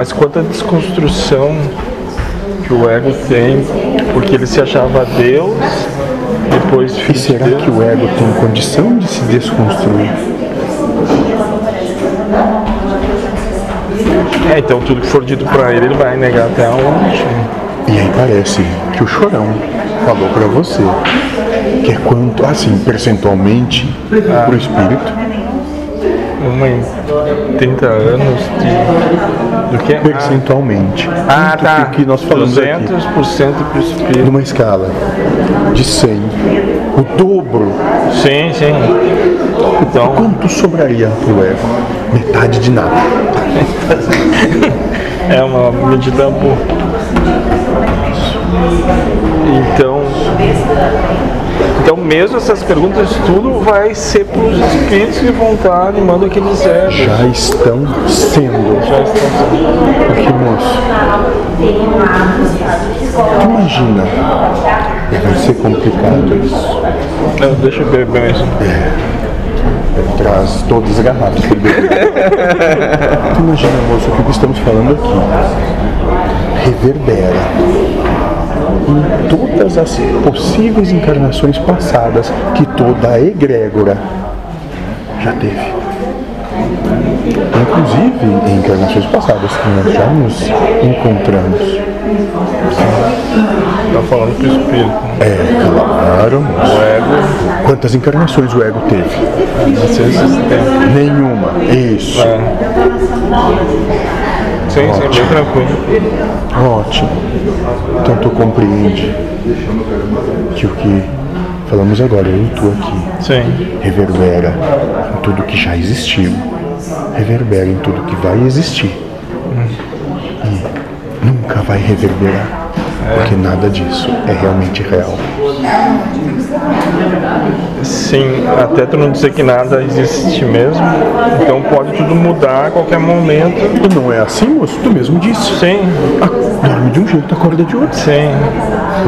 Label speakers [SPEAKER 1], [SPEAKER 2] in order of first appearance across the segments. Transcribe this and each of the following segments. [SPEAKER 1] Mas quanta desconstrução que o ego tem, porque ele se achava Deus, depois
[SPEAKER 2] E
[SPEAKER 1] filho de
[SPEAKER 2] será
[SPEAKER 1] Deus.
[SPEAKER 2] que o ego tem condição de se desconstruir?
[SPEAKER 1] É, então tudo que for dito pra ele, ele vai negar até a última.
[SPEAKER 2] E aí parece que o chorão falou pra você que é quanto, assim, percentualmente pro espírito.
[SPEAKER 1] Uma em 30 anos de... do que? Ah,
[SPEAKER 2] Percentualmente.
[SPEAKER 1] Ah,
[SPEAKER 2] Tanto
[SPEAKER 1] tá.
[SPEAKER 2] que o que nós falamos aqui.
[SPEAKER 1] 200% pro espírito.
[SPEAKER 2] Numa escala de 100, o dobro,
[SPEAKER 1] Sim, sim. Então,
[SPEAKER 2] quanto sobraria pro ego? Metade de nada.
[SPEAKER 1] é uma medida boa. Então, então mesmo essas perguntas, tudo vai ser pros espíritos que vão estar animando aqueles egos.
[SPEAKER 2] Já estão sendo.
[SPEAKER 1] Já estão
[SPEAKER 2] Porque, moço, tu imagina, vai ser complicado isso.
[SPEAKER 1] Não, deixa eu beber isso.
[SPEAKER 2] Ele traz todas as garrafas que ele bebeu. Tu imagina, moço, o que estamos falando aqui reverbera em todas as possíveis encarnações passadas que toda a egrégora já teve. Inclusive em encarnações passadas que nós já nos encontramos.
[SPEAKER 1] Tá falando pro espírito. né?
[SPEAKER 2] É, claro, moço.
[SPEAKER 1] O ego
[SPEAKER 2] Quantas encarnações o ego teve?
[SPEAKER 1] não se existente.
[SPEAKER 2] Nenhuma. Isso.
[SPEAKER 1] É. Sim, sim, bem tranquilo.
[SPEAKER 2] Ótimo. Então tu compreende que o que falamos agora, eu e tu aqui,
[SPEAKER 1] Sim.
[SPEAKER 2] reverbera em tudo que já existiu, reverbera em tudo que vai existir. E nunca vai reverberar. Porque nada disso é realmente real.
[SPEAKER 1] Sim, até tu não dizer que nada existe mesmo. Então pode tudo mudar a qualquer momento.
[SPEAKER 2] E não é assim, moço, tu mesmo disse.
[SPEAKER 1] Sim,
[SPEAKER 2] Ah, Dorme de um jeito, acorda de outro.
[SPEAKER 1] sim.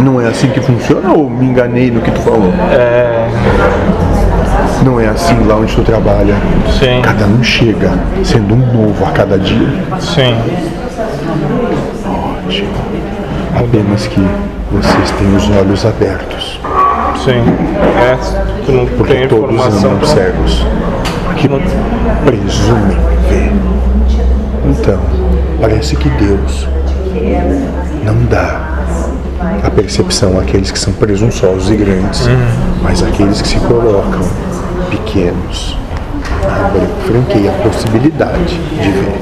[SPEAKER 2] Não é assim que funciona ou me enganei no que tu falou?
[SPEAKER 1] É.
[SPEAKER 2] Não é assim lá onde tu trabalha.
[SPEAKER 1] Sim,
[SPEAKER 2] Cada um chega sendo um novo a cada dia.
[SPEAKER 1] sim.
[SPEAKER 2] Ótimo. Apenas que vocês têm os olhos abertos,
[SPEAKER 1] Sim. É, se tu não
[SPEAKER 2] porque
[SPEAKER 1] tem
[SPEAKER 2] todos
[SPEAKER 1] informação.
[SPEAKER 2] andam cegos, que presumem ver. Então, parece que Deus não dá a percepção àqueles que são presunçosos e grandes,
[SPEAKER 1] Uhum.
[SPEAKER 2] mas àqueles que se colocam pequenos. Abre, franqueia a possibilidade de ver.